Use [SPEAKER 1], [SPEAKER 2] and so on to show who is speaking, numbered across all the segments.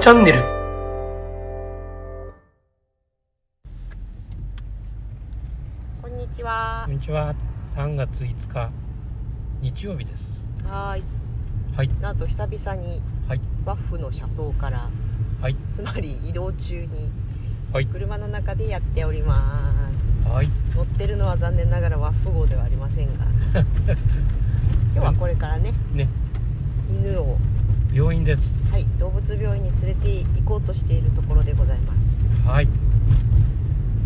[SPEAKER 1] チャンネル
[SPEAKER 2] こんにちは
[SPEAKER 1] こん。にちは3月5日日曜日です
[SPEAKER 2] はーい。
[SPEAKER 1] はい
[SPEAKER 2] なんと久々に
[SPEAKER 1] はい
[SPEAKER 2] バッフの車窓から、
[SPEAKER 1] はい
[SPEAKER 2] つまり移動中に
[SPEAKER 1] はい
[SPEAKER 2] 車の中でやっておりま
[SPEAKER 1] はい
[SPEAKER 2] す。乗ってるのは残念ながらワッフ号ではありません が、今日はこれからね、
[SPEAKER 1] ね
[SPEAKER 2] 犬を
[SPEAKER 1] 病院です
[SPEAKER 2] はい動物病院に連れて行こうとしているところでございます。
[SPEAKER 1] はい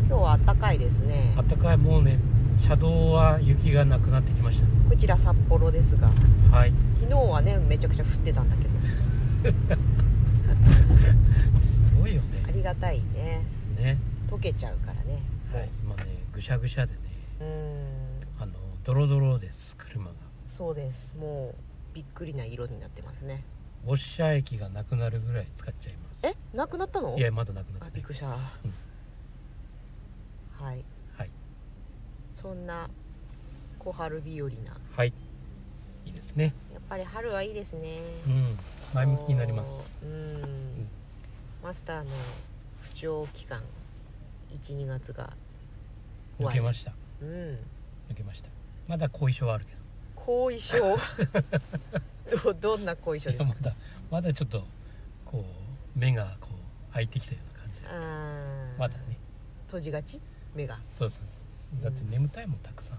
[SPEAKER 2] 今日は暖かいですね。
[SPEAKER 1] あったかいもうね車道は雪がなくなってきまし
[SPEAKER 2] こちら札幌ですが、
[SPEAKER 1] たはい
[SPEAKER 2] 昨日はねめちゃくちゃ降ってたんだけど、
[SPEAKER 1] すごいよね
[SPEAKER 2] ありがたいね。
[SPEAKER 1] ね
[SPEAKER 2] 溶けちゃうからね。
[SPEAKER 1] はい今ねぐしゃぐしゃでね
[SPEAKER 2] うーん。
[SPEAKER 1] あのドロドロです車が
[SPEAKER 2] そうですもうびっくりな色になってますね
[SPEAKER 1] ウォッシャー液がなくなるぐらい使っちゃいま
[SPEAKER 2] えなくなったの
[SPEAKER 1] すいやまだなくな
[SPEAKER 2] あ
[SPEAKER 1] ってな
[SPEAKER 2] びっ
[SPEAKER 1] い
[SPEAKER 2] くりした、はい
[SPEAKER 1] はい
[SPEAKER 2] そんな小春日和なや
[SPEAKER 1] はいいいですね
[SPEAKER 2] っぱり春はいいですね
[SPEAKER 1] うん前向きになります
[SPEAKER 2] うーんマスターの不調期間12月が
[SPEAKER 1] 抜けました
[SPEAKER 2] うん
[SPEAKER 1] 抜けましたまだ後遺症はあるけど
[SPEAKER 2] 後 遺症どどんな後遺症
[SPEAKER 1] い
[SPEAKER 2] です
[SPEAKER 1] や
[SPEAKER 2] か
[SPEAKER 1] まだまだちょっとこう目がこう開いてきたような感じで
[SPEAKER 2] あー
[SPEAKER 1] まだね
[SPEAKER 2] 閉じがち目が
[SPEAKER 1] そうそうそうだって眠たいもんたくさん、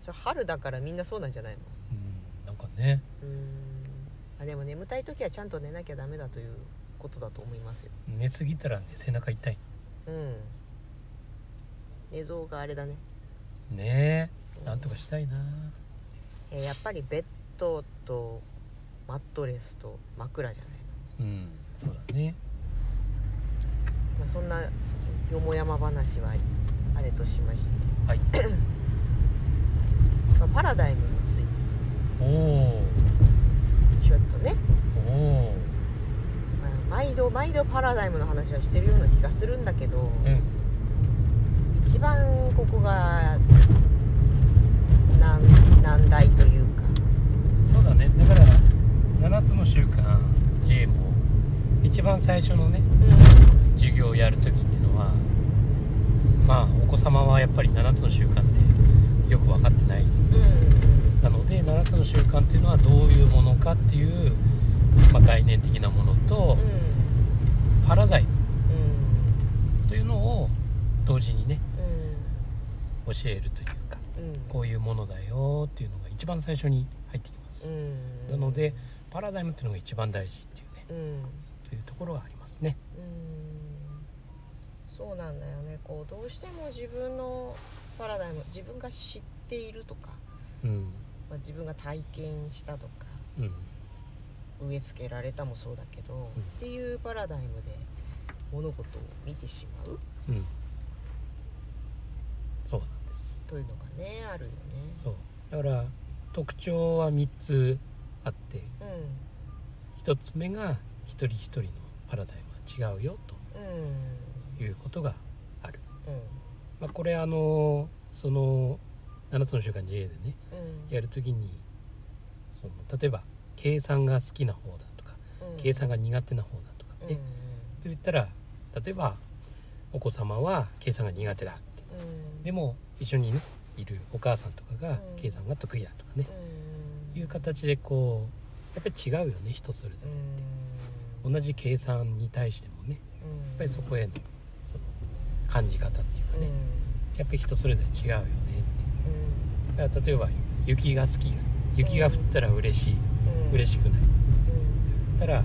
[SPEAKER 2] それ春だからみんなそうなんじゃないの
[SPEAKER 1] うん、なんかね
[SPEAKER 2] うーんあでも眠たい時はちゃんと寝なきゃダメだということだと思いますよ
[SPEAKER 1] 寝すぎたらね背中痛い
[SPEAKER 2] うん寝相があれだね、
[SPEAKER 1] ね
[SPEAKER 2] う
[SPEAKER 1] えなんとかしたいな
[SPEAKER 2] えーやっぱりベッドとマットレスと枕じゃない
[SPEAKER 1] うんそうだね
[SPEAKER 2] の、まあ、そんなよもやま話はあれとしまして、
[SPEAKER 1] はい
[SPEAKER 2] まあパラダイムについて
[SPEAKER 1] おお
[SPEAKER 2] ちょっとね、
[SPEAKER 1] おお
[SPEAKER 2] まあ毎度毎度パラダイムの話はしてるような気がするんだけど、
[SPEAKER 1] うん
[SPEAKER 2] 一番ここが難難題というか
[SPEAKER 1] そうだねだから7つの習慣 J も一番最初のね授業をやる時っていうのはまあお子様はやっぱり7つの習慣ってよく分かってない
[SPEAKER 2] うんうん
[SPEAKER 1] なので7つの習慣っていうのはどういうものかっていう、まあ、概念的なものとパラダイムというのを同時にね教えるというかこういうものだよっていうのが一番最初に入ってきますなのでパラダイムっていうのが一番大事っていうね
[SPEAKER 2] うんうん
[SPEAKER 1] というところはありますね
[SPEAKER 2] そうなんだよねこうどうしても自分のパラダイム自分が知っているとか、
[SPEAKER 1] うん
[SPEAKER 2] まあ、自分が体験したとか
[SPEAKER 1] うん
[SPEAKER 2] 植え付けられたもそうだけど、
[SPEAKER 1] うん
[SPEAKER 2] っていうパラダイムで物事を見てしまう
[SPEAKER 1] うんそうなんです
[SPEAKER 2] というのがねあるよね。
[SPEAKER 1] そうだから特徴は3つあって
[SPEAKER 2] うん
[SPEAKER 1] 1つ目が一人一人のパラダイムは違うよと
[SPEAKER 2] うん
[SPEAKER 1] いうことがある、
[SPEAKER 2] うん
[SPEAKER 1] まあ、これあのその7つの習慣 JA でね
[SPEAKER 2] うん
[SPEAKER 1] やるときにその例えば計算が好きな方だとか
[SPEAKER 2] うん
[SPEAKER 1] 計算が苦手な方だとかね、
[SPEAKER 2] うん
[SPEAKER 1] と言ったら例えばお子様は計算が苦手だって
[SPEAKER 2] うん
[SPEAKER 1] でも一緒にねいるお母さんとかが
[SPEAKER 2] うん
[SPEAKER 1] 計算が得意だとかね、
[SPEAKER 2] うん
[SPEAKER 1] いう形でこうやっぱり違うよね人それぞ
[SPEAKER 2] う
[SPEAKER 1] れ、
[SPEAKER 2] ん
[SPEAKER 1] 同じ計算に対してもね
[SPEAKER 2] うん
[SPEAKER 1] やっぱりそこへのその感じ方っていうかね、やっぱり人それぞれ違うよねって
[SPEAKER 2] うん
[SPEAKER 1] いうだから例えば雪が好き雪が降ったら嬉しい、
[SPEAKER 2] うん
[SPEAKER 1] 嬉しくないたら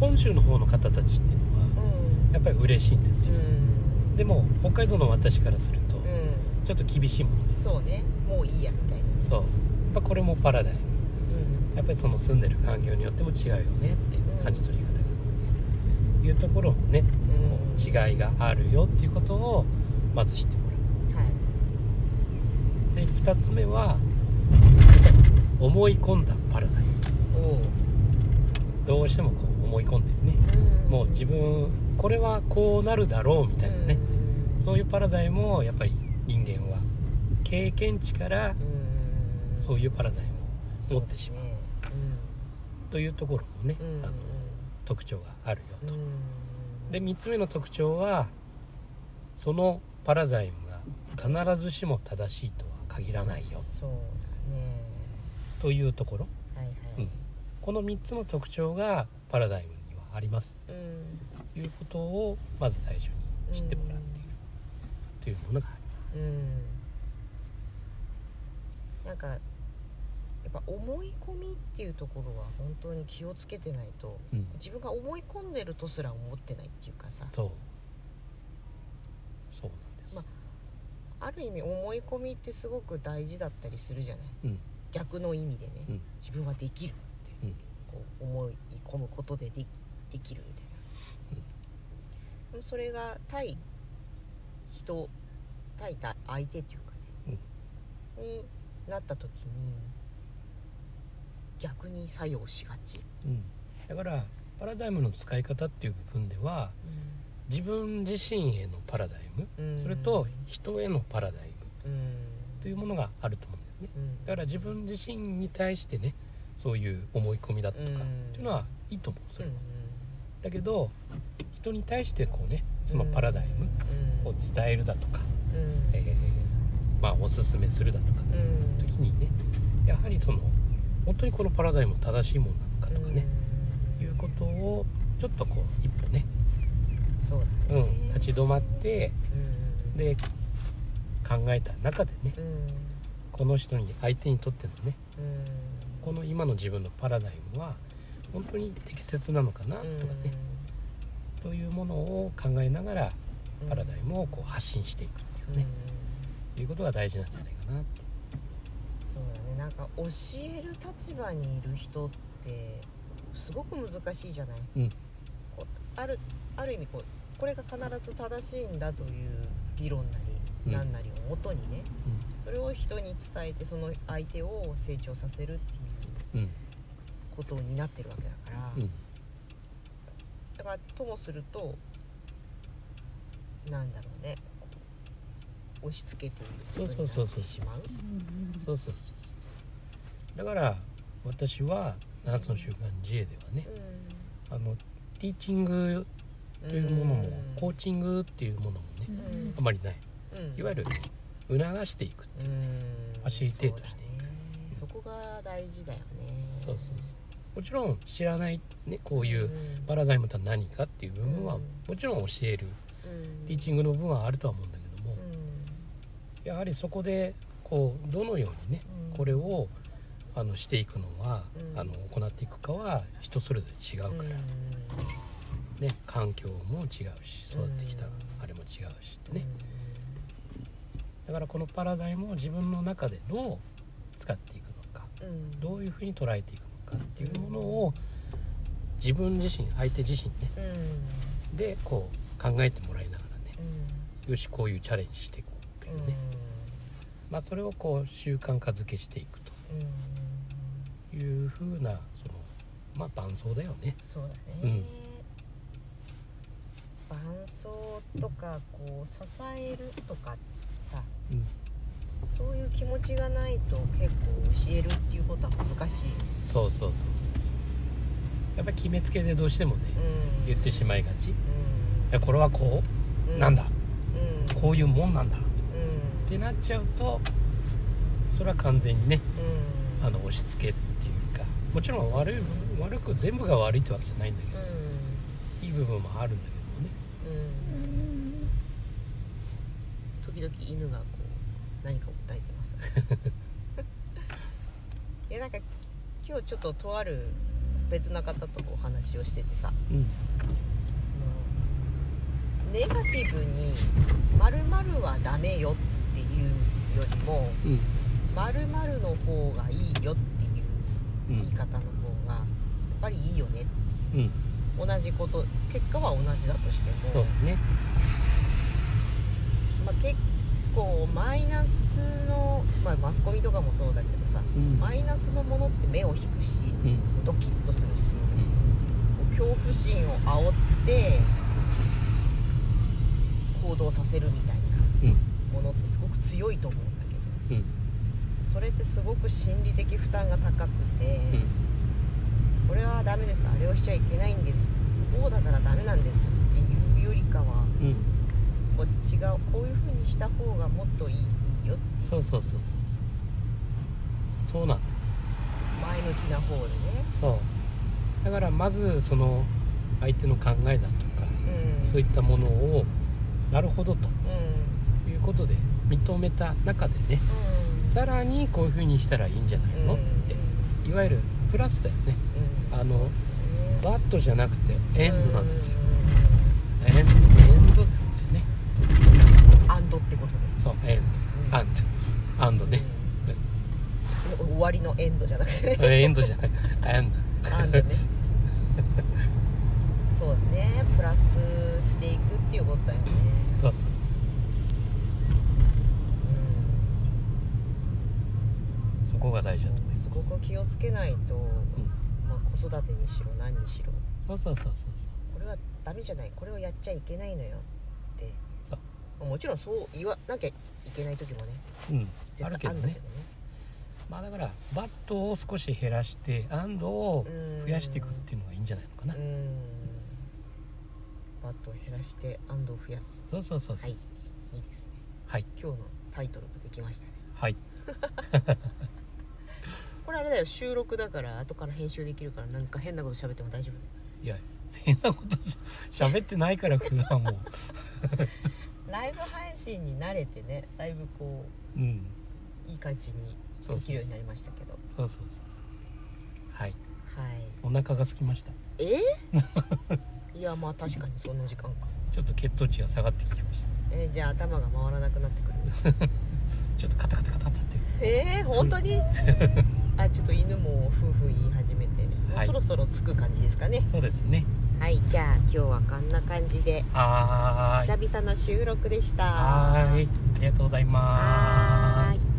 [SPEAKER 1] 本州の方の方たちっていうの
[SPEAKER 2] う
[SPEAKER 1] は
[SPEAKER 2] ん
[SPEAKER 1] やっぱり嬉しいんです
[SPEAKER 2] う
[SPEAKER 1] よ、
[SPEAKER 2] ん
[SPEAKER 1] でも北海道の私からすると
[SPEAKER 2] うん
[SPEAKER 1] ちょっと厳しいものです
[SPEAKER 2] そうねもういいやみたいな
[SPEAKER 1] そうやっぱこれもパラダイム
[SPEAKER 2] うん
[SPEAKER 1] やっぱりその住んでる環境によっても違うよねって感じ取り方があっていうところもね
[SPEAKER 2] うん
[SPEAKER 1] こう違いがあるよっていうことをまず知ってもら
[SPEAKER 2] はいう
[SPEAKER 1] で2つ目は思い込んだパラダイム
[SPEAKER 2] おう
[SPEAKER 1] どうしてもこう思い込んでるね
[SPEAKER 2] うん
[SPEAKER 1] もう自分これはこうなるだろうみたいなね、
[SPEAKER 2] うん
[SPEAKER 1] そういうパラダイムをやっぱり人間は経験値から
[SPEAKER 2] うん
[SPEAKER 1] そういうパラダイムを持ってしまう
[SPEAKER 2] ね
[SPEAKER 1] というところもね、
[SPEAKER 2] うん
[SPEAKER 1] あの特徴があるよと。
[SPEAKER 2] うん
[SPEAKER 1] で3つ目の特徴はそのパラザイムが必ずしも正しいとは限らないよ
[SPEAKER 2] そうだね
[SPEAKER 1] というところ
[SPEAKER 2] はいはい
[SPEAKER 1] この3つの特徴がパラダイムにはあります
[SPEAKER 2] うん
[SPEAKER 1] ということをまず最初に知ってもらっているというものがあ
[SPEAKER 2] うんなんかやっぱ思い込みっていうところは本当に気をつけてないと
[SPEAKER 1] る、うん、
[SPEAKER 2] 自分が思い込んでるとすら思ってないっていうかさ
[SPEAKER 1] そうそうなんです、
[SPEAKER 2] まあある意味思い込みってすごく大事だったりするじゃない
[SPEAKER 1] うん
[SPEAKER 2] 逆の意味でね、
[SPEAKER 1] うん
[SPEAKER 2] 自分はできるって
[SPEAKER 1] うん
[SPEAKER 2] こう思い込むことででできるみたいな、それが対人対対相手っていうかね、になった時に逆に作用しがち、
[SPEAKER 1] うん、だからパラダイムの使い方っていう部分では自分自身へのパラダイムそれと人へのパラダイム
[SPEAKER 2] うん
[SPEAKER 1] というものがあると思うんだよね
[SPEAKER 2] うん
[SPEAKER 1] だから自分自身に対してねそういう思い込みだとかっ
[SPEAKER 2] うん
[SPEAKER 1] ていうのはいいと思うそれは
[SPEAKER 2] うん
[SPEAKER 1] だけど人に対してこうねそのパラダイム
[SPEAKER 2] う
[SPEAKER 1] を
[SPEAKER 2] ん
[SPEAKER 1] 伝えるだとか、
[SPEAKER 2] うん
[SPEAKER 1] えーまあおすすめするだとか
[SPEAKER 2] うん
[SPEAKER 1] 時にねやはりその本当にこのパラダイムは正しいものなのかとかね、
[SPEAKER 2] う
[SPEAKER 1] い
[SPEAKER 2] ん
[SPEAKER 1] うことをちょっとこう一歩ね、
[SPEAKER 2] そう
[SPEAKER 1] う
[SPEAKER 2] だね
[SPEAKER 1] ん、立ち止まって
[SPEAKER 2] うん
[SPEAKER 1] で考えた中でね
[SPEAKER 2] うん
[SPEAKER 1] この人に相手にとってのね
[SPEAKER 2] うん
[SPEAKER 1] この今の自分のパラダイムは本当に適切なのかなとかね、というものを考えながら
[SPEAKER 2] うん
[SPEAKER 1] パラダイムをこう発信していくっていうね、いうことが大事なんじゃないかなって
[SPEAKER 2] うんそうだねなんか教える立場にいる人ってすごく難しいじゃない、
[SPEAKER 1] うん
[SPEAKER 2] こうあるある意味こうこれが必ず正しいんだという理論な
[SPEAKER 1] うん
[SPEAKER 2] りなんなりをもとにね、それを人に伝えてその相手を成長させるって
[SPEAKER 1] う
[SPEAKER 2] いう
[SPEAKER 1] ん
[SPEAKER 2] ことになってるわけだから、
[SPEAKER 1] うん
[SPEAKER 2] だからともするとなんだろうねこう押し付けている
[SPEAKER 1] そう
[SPEAKER 2] こと
[SPEAKER 1] そうそう
[SPEAKER 2] になっ
[SPEAKER 1] そ
[SPEAKER 2] て
[SPEAKER 1] う
[SPEAKER 2] しまう
[SPEAKER 1] そうそうそうそうそうだから私は7つの習慣 J ではねあのティーチング
[SPEAKER 2] うん
[SPEAKER 1] というものも
[SPEAKER 2] うん
[SPEAKER 1] コーチングっていうものもね
[SPEAKER 2] うん
[SPEAKER 1] あまりない
[SPEAKER 2] うん
[SPEAKER 1] いわゆる促していく
[SPEAKER 2] うん
[SPEAKER 1] ファシリテートしてい
[SPEAKER 2] そうだねそこが大事だよね
[SPEAKER 1] そうそうそうもちろん知らないねこういう
[SPEAKER 2] うん
[SPEAKER 1] パラダイムとは何かっていう部分は
[SPEAKER 2] うん
[SPEAKER 1] もちろん教える
[SPEAKER 2] うん
[SPEAKER 1] ティーチングの部分はあるとは思うんだけども
[SPEAKER 2] うん
[SPEAKER 1] やはりそこでこうどのようにね
[SPEAKER 2] うん
[SPEAKER 1] これをあのしていくのは
[SPEAKER 2] うん
[SPEAKER 1] あの行っていくかは人それぞれ違うからね環境も違うし育ってきた
[SPEAKER 2] うん
[SPEAKER 1] あれも違うしってねだからこのパラダイムを自分の中でどう使っていくのか
[SPEAKER 2] うん
[SPEAKER 1] どういうふうに捉えていくのかっていうものを自分自身相手自身ね
[SPEAKER 2] うん
[SPEAKER 1] でこう考えてもらいながらね
[SPEAKER 2] うん
[SPEAKER 1] よしこういうチャレンジしていこうっていうね、まあ、それをこう習慣化づけしていく
[SPEAKER 2] うんうん
[SPEAKER 1] というふうなそのまあ伴走だよね。
[SPEAKER 2] そうだ
[SPEAKER 1] う
[SPEAKER 2] ね
[SPEAKER 1] ん
[SPEAKER 2] 伴奏とかこう支えるとかさ
[SPEAKER 1] うん、
[SPEAKER 2] そういう気持ちがないと結構教えるっていうことは難しい
[SPEAKER 1] そうそうそうそうそうそうやっぱり決めつけでどうしてもね
[SPEAKER 2] うん
[SPEAKER 1] 言ってしまいがちい
[SPEAKER 2] うん
[SPEAKER 1] やこれはこ
[SPEAKER 2] う
[SPEAKER 1] うなんだ
[SPEAKER 2] うん
[SPEAKER 1] こういうもんなんだっ
[SPEAKER 2] うん
[SPEAKER 1] てなっちゃうとそれは完全にね
[SPEAKER 2] うん
[SPEAKER 1] あの押し付けっていうかもちろん悪い悪く全部が悪いってわけじゃないんだけどいい部分もあるんだけどね
[SPEAKER 2] うんうん時々犬がこう何かを訴えてます いやなんか今日ちょっととある別な方とお話をしててさ
[SPEAKER 1] うん
[SPEAKER 2] もうネガティブに「まるはダメよ」っていうよりも
[SPEAKER 1] うん
[SPEAKER 2] 「まるの方がいいよ」っていう
[SPEAKER 1] うん
[SPEAKER 2] 言い方の方がやっぱりいいよね
[SPEAKER 1] うん
[SPEAKER 2] 同じこと結果は同じだとしても
[SPEAKER 1] そうね
[SPEAKER 2] まあ、結構マイナスの、まあ、マスコミとかもそうだけどさ
[SPEAKER 1] うん
[SPEAKER 2] マイナスのものって目を引くし
[SPEAKER 1] うん
[SPEAKER 2] ドキッとするし恐怖心を煽って行動させるみたいな
[SPEAKER 1] うん
[SPEAKER 2] ものってすごく強いと思うんだけど
[SPEAKER 1] うん
[SPEAKER 2] それってすごく心理的負担が高くて、
[SPEAKER 1] うん
[SPEAKER 2] これはダメですあれをしちゃいけないんですこうだからダメなんですっていうよりかは
[SPEAKER 1] うん
[SPEAKER 2] こっちがこういう風にした方がもっといいいいよって
[SPEAKER 1] そうそうそうそうそうそうそうなんで
[SPEAKER 2] 前向きな方でね
[SPEAKER 1] すそうだからまずその相手の考えだとか
[SPEAKER 2] うん
[SPEAKER 1] そういったものをなるほどと
[SPEAKER 2] うん
[SPEAKER 1] いうことで認めた中でね
[SPEAKER 2] うん
[SPEAKER 1] さらにこういうふうにしたらいいんじゃないのっ
[SPEAKER 2] うん
[SPEAKER 1] ていわゆるプラスだよね
[SPEAKER 2] うん
[SPEAKER 1] あのバットじゃなくてエンドなんですよ
[SPEAKER 2] う
[SPEAKER 1] エンドエンドなんですよね
[SPEAKER 2] んアンドってことで
[SPEAKER 1] そうエンドアンドアンド ね
[SPEAKER 2] うん終わりのエンドじゃなくてね
[SPEAKER 1] エンドじゃないエンド
[SPEAKER 2] アンドねそうねプラスしていくっていうことだよね
[SPEAKER 1] そうそうそう
[SPEAKER 2] う
[SPEAKER 1] そこが大事だと思い
[SPEAKER 2] ん、す
[SPEAKER 1] ます
[SPEAKER 2] ごく気をつけないと、まあ、子育てにしろ何にしろ
[SPEAKER 1] そうそうそうそうそう
[SPEAKER 2] これはダメじゃないこれをやっちゃいけないのよって
[SPEAKER 1] そう
[SPEAKER 2] まあもちろんそう言わなきゃいけない時もね
[SPEAKER 1] うん、
[SPEAKER 2] 絶対
[SPEAKER 1] あ
[SPEAKER 2] ある
[SPEAKER 1] る
[SPEAKER 2] んだけ
[SPEAKER 1] け
[SPEAKER 2] ど
[SPEAKER 1] ど
[SPEAKER 2] ね
[SPEAKER 1] ねまあだからバットを少し減らしてアンドを
[SPEAKER 2] うん
[SPEAKER 1] 増やしていくっていうのがいいんじゃないのかな、
[SPEAKER 2] うんバットを減らして安藤を増やす
[SPEAKER 1] そうそうそうそ
[SPEAKER 2] は
[SPEAKER 1] う
[SPEAKER 2] いいいですね
[SPEAKER 1] はい
[SPEAKER 2] 今日のタイトルができましたね
[SPEAKER 1] はい
[SPEAKER 2] これあれだよ収録だから後から編集できるからなんか変なこと喋っても大丈夫
[SPEAKER 1] いや変なことし喋ってないから普段 も
[SPEAKER 2] ライブ配信に慣れてねだいぶこ
[SPEAKER 1] うん
[SPEAKER 2] ういい感じに
[SPEAKER 1] そう
[SPEAKER 2] でき
[SPEAKER 1] そう
[SPEAKER 2] る
[SPEAKER 1] そう
[SPEAKER 2] よ
[SPEAKER 1] う
[SPEAKER 2] になりましたけど
[SPEAKER 1] そうそうそうはい
[SPEAKER 2] はい
[SPEAKER 1] お腹が空きました
[SPEAKER 2] えいやまあ確かにその時間か
[SPEAKER 1] ちょっと血糖値が下がってきてました
[SPEAKER 2] えーじゃあ頭が回らなくなってくる
[SPEAKER 1] ちょっとカタカタカタカタって
[SPEAKER 2] えー、本当に あちょっと犬も夫婦言い始めて、もう
[SPEAKER 1] はい
[SPEAKER 2] そろそろ着く感じですかね
[SPEAKER 1] そうですね
[SPEAKER 2] はいじゃあ今日はこんな感じで
[SPEAKER 1] はーい
[SPEAKER 2] 久々の収録でした
[SPEAKER 1] はーいありがとうございます
[SPEAKER 2] はーい